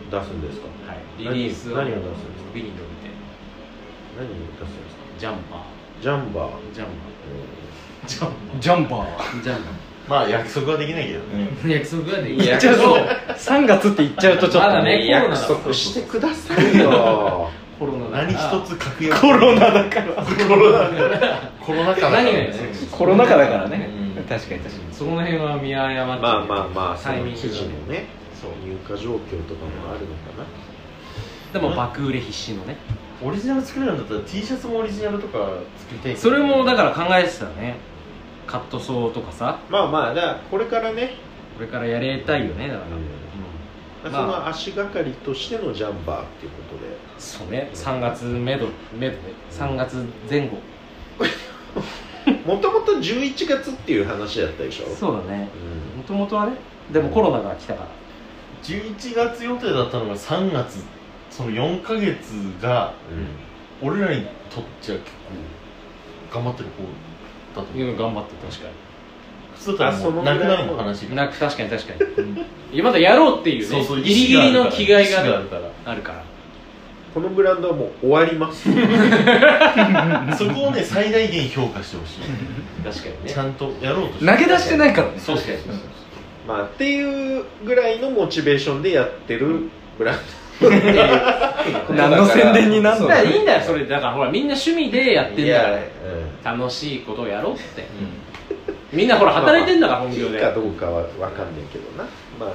出すんですか
はいリ
何
リースを
何を出すんですか
ビニール見て
何を出すんですか
ジャンパ
ジャンバー
ージャン
う
パージャンパ
ジャンパー
ージャンパ
まあ約束はできないけど <laughs> ね
ー約束ができ
いや
ちゃう
3月って言っちゃうとちょっと
まだね
ん
コロナだ
約束してくださ
<laughs>
いよ
コロナ
何
だから
一つ確約
コロナだから
<laughs> コロナコロナ禍だから
何がいいですね
コロナ禍だからね
うん
確かに確か
<laughs>
に
その辺は見誤って
まあまあまあそ
タイ
の
ミング
記事もね
そう
入荷状況とかもあるのかな
でも爆売れ必至のね
オリジナル作れるんだったら T シャツもオリジナルとか作りたいけど
それもだから考えてたねカットソーとかさ
まあまあだからこれからね
これからやりたいよねだから、う
うん
ん
そ
まあ
の足がかりとしてのジャンバーっていうことで
そうね3月めどめどね3月前後
もともと11月っていう話だったでしょ
そうだね
うん
もともとはねでもコロナが来たから
11月予定だったのが3月その4ヶ月が俺らにとっちゃ結構頑張ってる方だと思う
うん頑張って確か
普通だったらもうなくなるもん話が
な確かに確かにいやまだやろうっていうねギリギリの気概
意思が
が
あるから
あるから
このブランドはもう終わります
<laughs>
そこをね最大限評価してほしい
確かに
ちゃんとやろうとして
投げ出してないからね
そうそうそう
まあっていうぐらいのモチベーションでやってるブランドっていう
何の宣伝になんの
だからいいんだよそれだからほらみんな趣味でやってん
い
だか
や
ら楽しいことをやろうってみんなほら働いてんだから本
い
業
い
で
かどうかは分かんないけどなまあ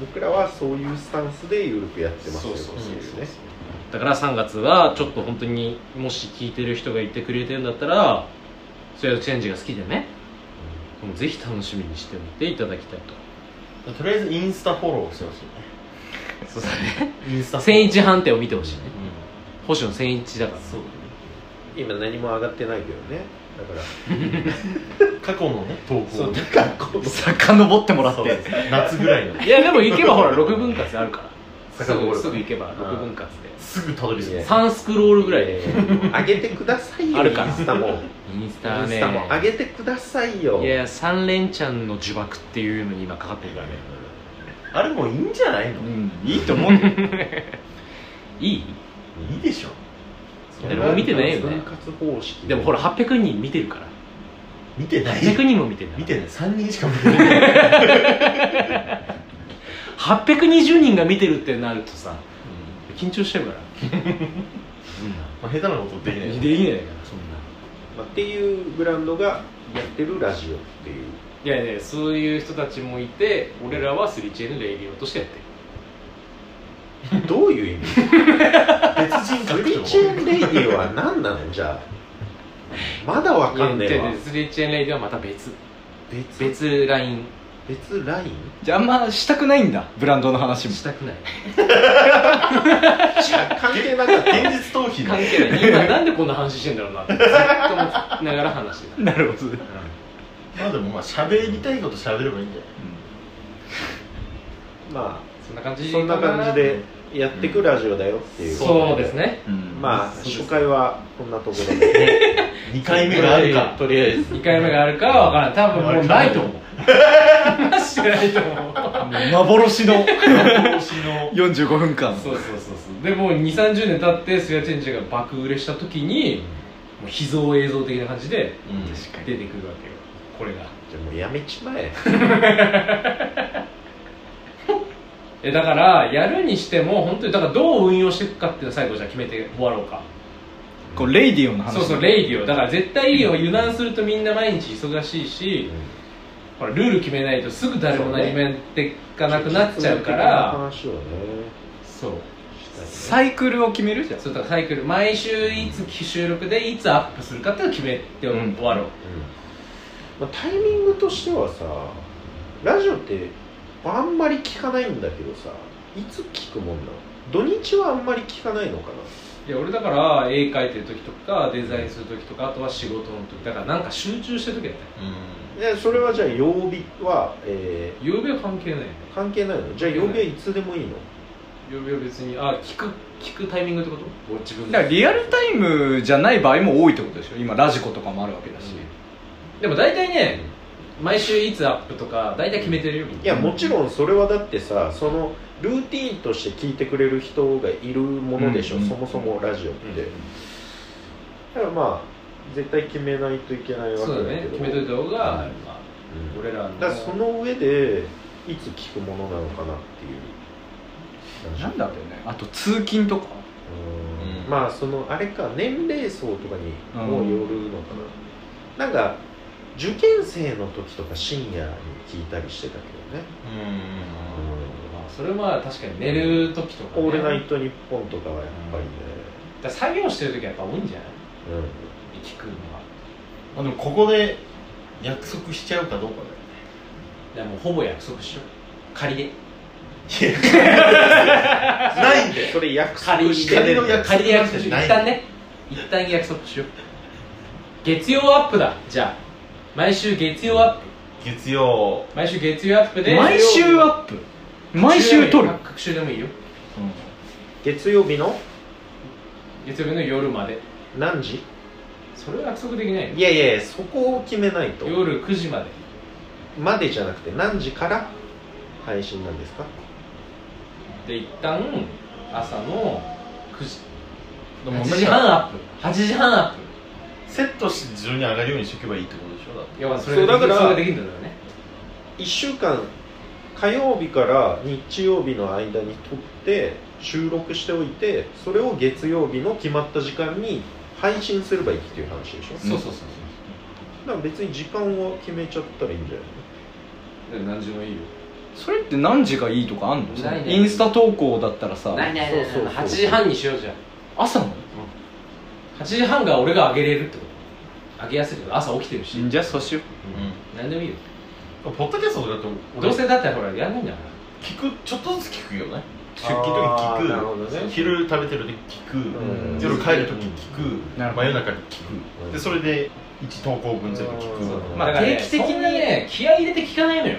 僕らはそういうスタンスで緩くやってますよ
そうそうそう
っていうね
だから3月はちょっと本当にもし聞いてる人がいてくれてるんだったらそれはチェンジが好きでねもうぜひ楽しみにしておいていただきたいと
とりあえずインスタフォローしてほしいね
そうだね
インスタフォロー
千一判定を見てほしいね
う
星野千一だから
んそう
今何も上がってないけどねだから
過去のね投稿
そう
を
<laughs> だ
ね
からこう
遡ってもらっ
そう
て
夏ぐらいの
いやでも行けばほら6分割あるからす
遡る
ぐすぐ行けば6分割
すぐたどり
い
着く
で
や
3スクロールぐらいで
上げてくださいよ
あるから
インスタもイン
インスタね
スタも上げてくださいよ
いや3連チャンの呪縛っていうのに今かかってるからね
あれもういいんじゃないの
うんいいと
<laughs>
思うけど
いい
いいでしょ
誰も見てないよね
分割方式
でもほら800人見てるから
見てない
800人も見てる
見てない3人しか見てない
820人が見てるってなるとさ緊張しちゃう
<laughs>
から
まあ下手なことできない
で
よ
きないからそんな
まあっていうブランドがやってるラジオっていう
<laughs> いやいやそういう人たちもいて俺らはスリチェンレイディオとしてやってる
どういう意味
別人
ス
格
リチェンレイディオは何なのじゃあまだわかんねえわ
いや違う違うスリチェンレイディオはまた別
別
別ライン
別ライン
じゃああんましたくないんだブランドの話も
した
<laughs>
くない
関係なかった
<laughs>
現実逃避
関
だ
係
<laughs>
ない今なんでこんな話してんだろうなってずっと思いながら話してた
なるほどね、
まあでもまあ喋りたいこと喋ればいいんじゃない
ま
そんな感
あ
じ
そんな感じでやってくラジオだよっていう、
そうですね
うんうん
まあ
そうです
初回はこんなところで
<laughs>
2回目があるか
とりあえず
2回目があるかは分からない多分もうないと思うマジでないと思う
幻の
幻の
45分間
そうそうそうそうでもう2 3 0年経ってスヤチェンジが爆売れした時にもう秘蔵映像的な感じで
うん
出てくるわけよこれが
じゃあもうやめちまえ
えだからやるにしても本当にだからどう運用していくかっていうのを最後じゃあ決めて終わろうか
こうレイディオの話
そうそうレイディオだから絶対を油断するとみんな毎日忙しいし、ほらルール決めないとすぐ誰も何もやっていかなくなっちゃうから
話をね
そう
したいね
サイクルを決めるじゃん
そうだからサイクル毎週いつ収録でいつアップするかっていうのを決めて
うん
終わろう、
まあ、タイミングとしてはさラジオってあんまり聞かないんだけどさいつ聞くもんなの土日はあんまり聞かないのか
いや俺だから絵描いてる時とかデザインする時とかあとは仕事の時だからなんか集中してる時やったよ
う
なでそれはじゃあ曜日は、え
曜日は関係ないよね
ー関係ないのじゃあ曜日はいつでもいいの
曜日は別にあ聞く聞くタイミングってことこう自分
だか
で
らリアルタイムじゃない場合も多いってことでしょ今ラジコとかもあるわけだし、
でも大体ね毎週いつアップとか大体決めてるよみんない
やもちろんそれはだってさそのルーティーンとして聞いてくれる人がいるものでしょ、
うんうん
そもそもラジオって、
うん
だからまあ絶対決めないといけないわけ
そ
だけど
うだね決めといた方が、
は
ま
うん
あ、俺らの
だからその上でいつ聞くものなのかなっていう
なんだろうねあと通勤とか
うん
うん
まあそのあれか年齢層とかにもよるのかな、なんか受験生の時とか深夜に聞いたりしてたけどね
んうん
まあそれは確かに寝る時と
「
か、ね、
オールナイトニッポン」とかはやっぱりね、
だから作業してる時はやっぱ多いんじゃない
うん
聞くのは
まあでもここで約束しちゃうかどうかだよね
いやもうほぼ約束しよう仮で
ないんだよ
それ約束
仮
してね
仮の約束
仮で約束しよう
ない
一旦ね一旦約束しよう月曜アップだじゃあ毎週月曜アップ
月曜
毎週月曜アップで
毎週アップ毎週撮る、
各週でもいいよ
月曜日の
月曜日の夜まで
何時
それは約束できないよ
いやいやそこを決めないと
夜9時まで
までじゃなくて何時から配信なんですか
で一旦朝の9時
でも
8
同
時
じ
半アップ8時半アップ
セットして自分に上がるようにしとけばいいってことでしょだって
いやまあそ
そ
れ
う
が
だ
で
か
き
ら
それができるんだろうね
1週間火曜日から日曜日の間に撮って収録しておいてそれを月曜日の決まった時間に配信すればいいっていう話でしょ、
そうそうそう
だから別に時間を決めちゃったらいいんじゃない
で何時もいいよ
それって何時がいいとかあんの
ないない
インスタ投稿だったらさ
ないないないない
そうそうそう
8時半にしようじゃん
朝の
8時半が俺が上げれるってこと上げやすいけど朝起きてるし、
じゃあそうしよ
何でもいいよ
うんポッドキャストだと俺
どうせだってほらやんないんだから
聞くちょっとずつ聞くよね出勤
あー
時に
なるほど
聞く、
ね
昼食べてる時に聞く、
うん
夜帰る時に聞く、
なるほ
真
ど
夜中に聞く、
うん
でそれで1投稿分全部聞く、
うん
うん
まあ
だからね
定期的に
そんなね気合い入れて聞かないのよ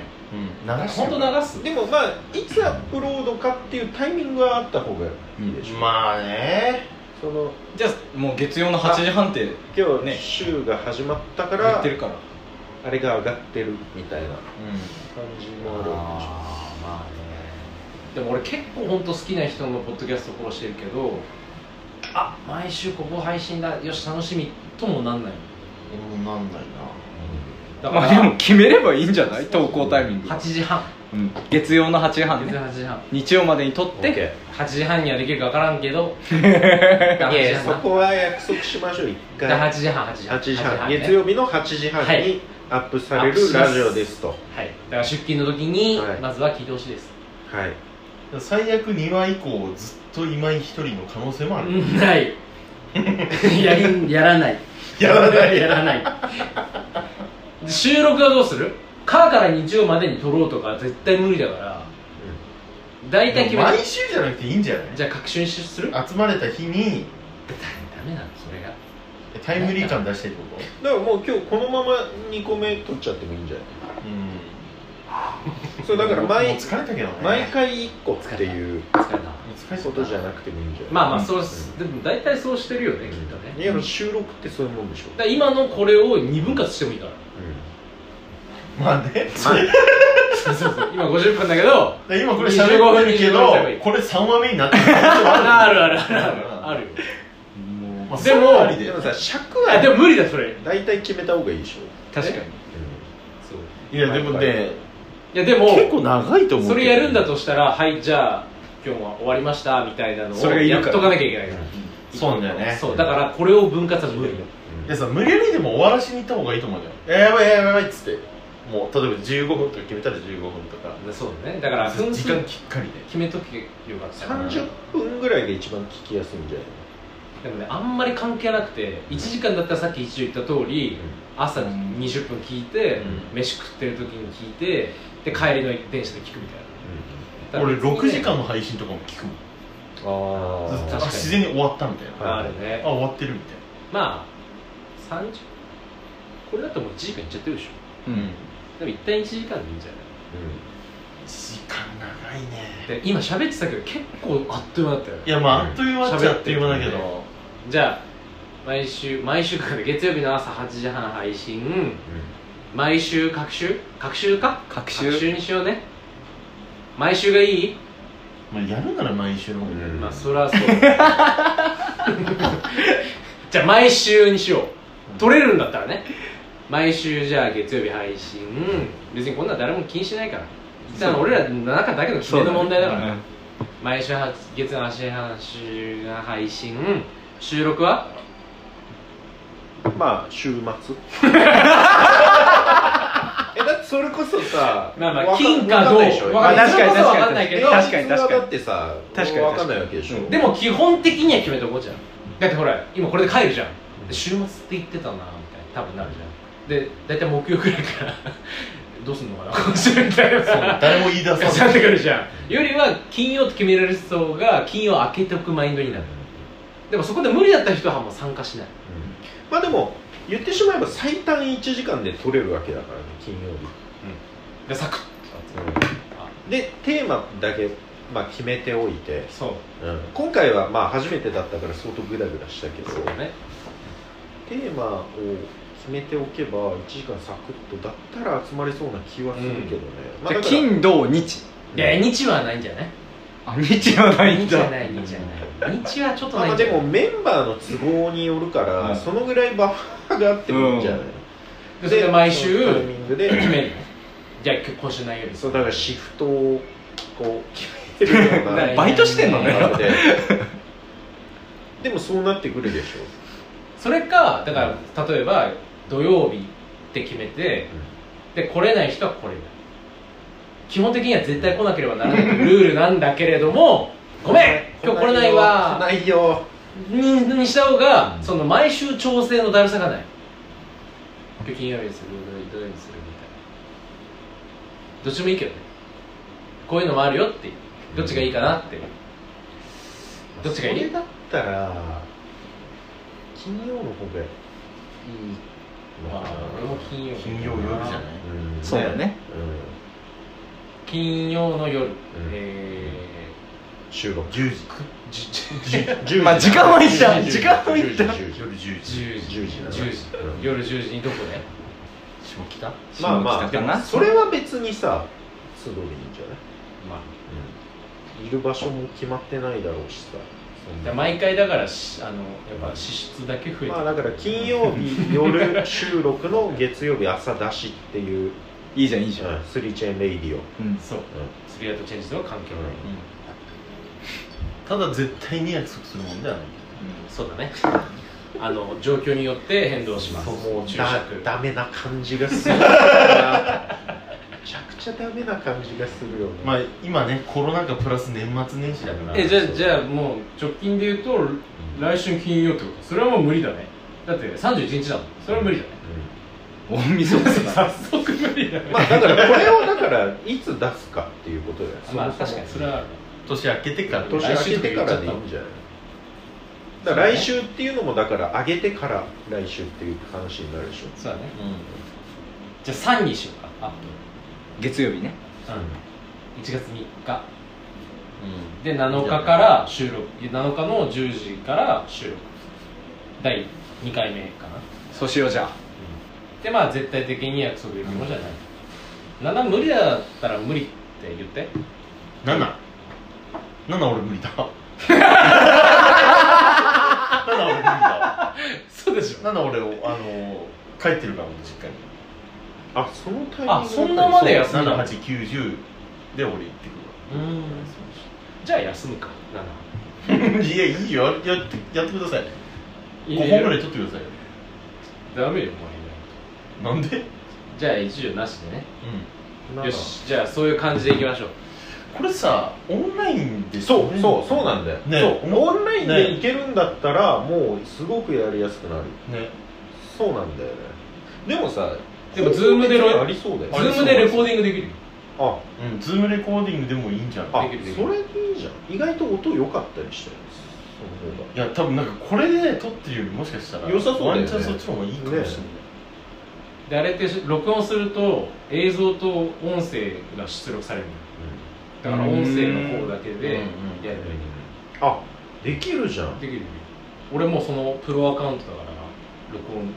流して
本
る
当流す
でもまあいつアップロードかっていうタイミングはあった方がいいでしょ、
まあね
その
うじゃあもう月曜の8時半って
今日
ね
週が始まったか
言
ら、
ってるから
あれが上がってるみたいな感じもあるわけでしょ
あーまあねでも俺結構本当好きな人のポッドキャストフォローしてるけどあ毎週ここ配信だよし楽しみともなんない
うん、もうなんない
だか
まあで
ら
も決めればいいんじゃない投稿タイミング
8時半
うん月曜の8時半
全
ね
然8時半
日曜までに撮っ
オッ
て
ケ
8時半にはできるか分からんけ <laughs> ど
ー
8
いや
時
いやそ
半
こは約束しましょう一
だ
回
から8時半8時半
8時半、
ね
月曜日の8時半
は
に
い
アップされるラジオですと、はい
はい、だから出勤の時に
はい
まずは聞いてほしいです、
な最悪2話以降ずっと今井一人の可能性もある、
うんない <laughs> やりやらない
やらない
やらない収録はどうする火から日曜までに撮ろうとか絶対無理だから、大体決め
毎
て
週じゃなくていいんじゃない
じゃあ各週にするダ
集まれた日に
メなのそれが
タイムリー感出してるっ
だ
てこ
からもう今日このまま2個目取っちゃってもいいんじゃな
とうん
いそうだから
もう
毎
疲れたけどね
毎回1個っていう
疲れた
疲れ
ことじゃ
な
なくてもいいんじゃない
まあまあ
うん
そうっす、でも大体そうしてるよね、きっとね
いやでも収録ってそういうもんでしょ
だから今のこれを2分割してもいいから
まあ <laughs> ね
<laughs> そうそうそう今50分だけど
で今これ喋ってるけどこれ3話目になってる
あるあるあるあるあるよで
まあ
も
それはありだ
で
よ
もさ尺
あ
は
でも無理だそれ
大体決めた方がいいでしょ
確かにそう
いやでもね
いやでも
構長いと
それやるんだとしたらはいじゃあ今日は終わりましたみたいなの
それ
を
がいる
やっ
から
とかなきゃいけないから
そうなんだよね
そうだからこれを分割は無理よ
いやさ無理やりでも終わらしに行った方がいいと思うじゃんやばいやばいやばいっつってもう例えば15分とか決めたら15分とか
そうだねだから分
時
数
間きっかりで
決めとけばよかったな
30分ぐらいが一番聞きやすいんじゃない
でもねあんまり関係なくて1時間だったらさっき一応言った通り朝20分聞いて
う
飯食ってる時に聞いてで帰りの電車で聞くみたいな
俺6時間の配信とかも聞くもん
あ
ー
あ
確かに
自然に終わったみたいな
あるね
あ終わってるみたい
まあ30これだともう1時間いっちゃってるでし
う
なうん
ん
ょでも一旦1時間でいいんじゃない
時間長いね
で今喋ってたけど結構あっという間だったよね
いやまああっという間っちゃあっという間だけ
喋ってる
ど
じゃあ毎週毎週か月曜日の朝8時半配信毎週各週各週か
各
各
週
週にしようね毎週がいい、
まあやるなら毎週の方がいい
うん
まあそりゃそうじゃあ毎週にしよう取れるんだったらね毎週じゃあ月曜日配信、別にこんなの誰も気にしないから一旦俺らの中だけの決めの問題だから、
うん
毎週は月曜の朝半週が配信収録は
うんまあ週末
<laughs>
えだってそれこそさ
まあまあ
わ
金か銅
わんないでしょ
わかんない
あ確かに
それこそわかんないけど
確かに確か
だ
に
ってさ
確かに
わかんないわけでしょ
でも基本的には決めとこうじゃんだってほら今これで帰るじゃんで週末って言ってたなみたいな多分なるじゃんで大体木曜くらいから <laughs> どうすんのかな今 <laughs> 週みたいな
そう誰も言い出
<laughs> な
さな
っ
い
てくるじゃんよりは金曜って決められる人が金曜開けておくマインドになるでもそこで無理だった人はもう参加しない
まあでも言ってしまえば最短1時間で取れるわけだからね金曜日
でサクッ
でテーマだけ、まあ、決めておいて、
そう
今回はまあ初めてだったから相当グダグダしたけど
そうね
テーマを決めておけば1時間サクッとだったら集まれそうな気はするけどね、まあ
じゃあ
だから
金土日
いや日はないんじゃない
あ日はないん
日は
だ
ない日はない日はちょっと
まあ
ない
まあ
んじ
で
ゃない
もメンバーの都合によるから、
うん
そのぐらいバッファーがあってもいいんじゃない、
でそれで毎週
そのタイミングで
決めるじゃあ今日今週何曜日
そうだからシフトをこう決めるよう
<laughs>
な
ない
バイトしてんのね
感じででもそうなってくるでしょ
それかだから例えば土曜日って決めて、で来れない人は来れない基本的には絶対来なければならないルールなんだけれどもごめん今日来れない
来
わ
ないよ
ににした方が、その毎週調整のだるさがない今日金曜日にする土曜日にするみたいなどっちもいいけどねこういうのもあるよっていうどっちがいいかなっていうどっちがいい
それだったら金曜の方がいい
まあ俺も金曜日
金曜夜じゃない
うん
そうだね
うん
金曜の夜、え
収録
10時
10
まあ時間は一緒時間は
一
一緒
夜10時
ー、10時
10時だな
10時
うん
夜10時にどこで
下北
まあま
下
あ
北
で
かな
もそれは別にさ都度でいいんじゃない
ま
いる場所も決まってないだろうしさ
あで毎回だからしあのやっぱ支出だけ増えて
まあだから金曜日夜収録の月曜日朝出しっていう
いいじゃんいいじゃん
うんスリーチェーンレイディオ
うん
そうスリーアウトチェンジとは関係ない、
う
ただ絶対に約束するもんではない
そうだね <laughs> あの状況によって変動します
もう
注
だ
釈
ダメな感じ
<laughs>
がするめちゃくちゃダメな感じがするよね、
まあ今ねコロナ禍プラス年末年始だから
えじゃあじゃあもう直近で言うと来週金曜ってことそれはもう無理だねだって31日だもんそれは無理だね
う
大晦日だ
<laughs> 早速
まあだからこれをだからいつ出すかっていうことだよ
まあ確かにそれはある
年明けてから
年明けてからでいいんじゃないだから来週っていうのもだから上げてから来週っていう話になるでしょ
そうだね
うん
じゃあ3にしようかアッ
月曜日ね
プ、うん、1月3日
うん
で7日から収録7日の10時から収録第2回目かな
そうしようじゃあ
でまあ絶対的に約束できるものじゃない、七無理だったら無理って言って <laughs>
7 7俺無 <laughs> 理だ7俺無理だ
そうでしょ
7俺をあの帰ってるから実家に
あそのタイミング
あそんなまで休むの
7890で俺行って
うんじゃあ休むか
くるわいやいいよやってやってください
7
5本ぐらい取ってくださいよ
ダメよもう
なんで
じゃあ一条なしでね
なんか
よしじゃあそういう感じでいきましょう
これさオンラインで
そうそうそうなんだよ、
ね
そうオンラインで
ね
いけるんだったらもうすごくやりやすくなる
ね
そうなんだよねでもさ
でも Zoom で
ありそうだよ
あれ
Zoom でレコーディングできるよ
あ
うんズームレコーディングでもいいんじゃない
あ
できるできる
それでいいじゃん意外と音良かったりしたよその方が
いや多分なんかこれで撮ってるよりもしかしたら
良さそうだよね
ワンチャンそっちの方がいいかもしれない、
ね
であれって録音すると映像と音声が出力されるのだから音声の方だけでや
うん
ればいい
あできるじゃん
できるできる俺もそのプロアカウントだから録音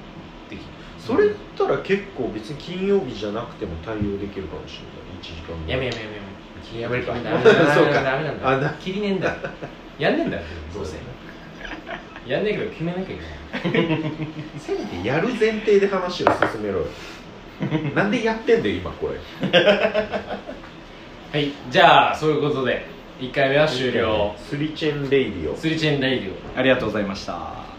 できる
それだったら結構別に金曜日じゃなくても対応できるかもしれない1時間ぐらい
やめやめやめやめやめるか
ダメだ
<laughs> ダ
な
メなん
だ
だ切りねえんだやんねえんだよどうせやんねえけど決めなきゃいけない
せめてやる前提で話を進
<laughs>
めろよなんでやってんだよ今これ
はいじゃあそういうことで1回目は終了
スリチェンレイディオ
スリチェンレイディオ
ありがとうございました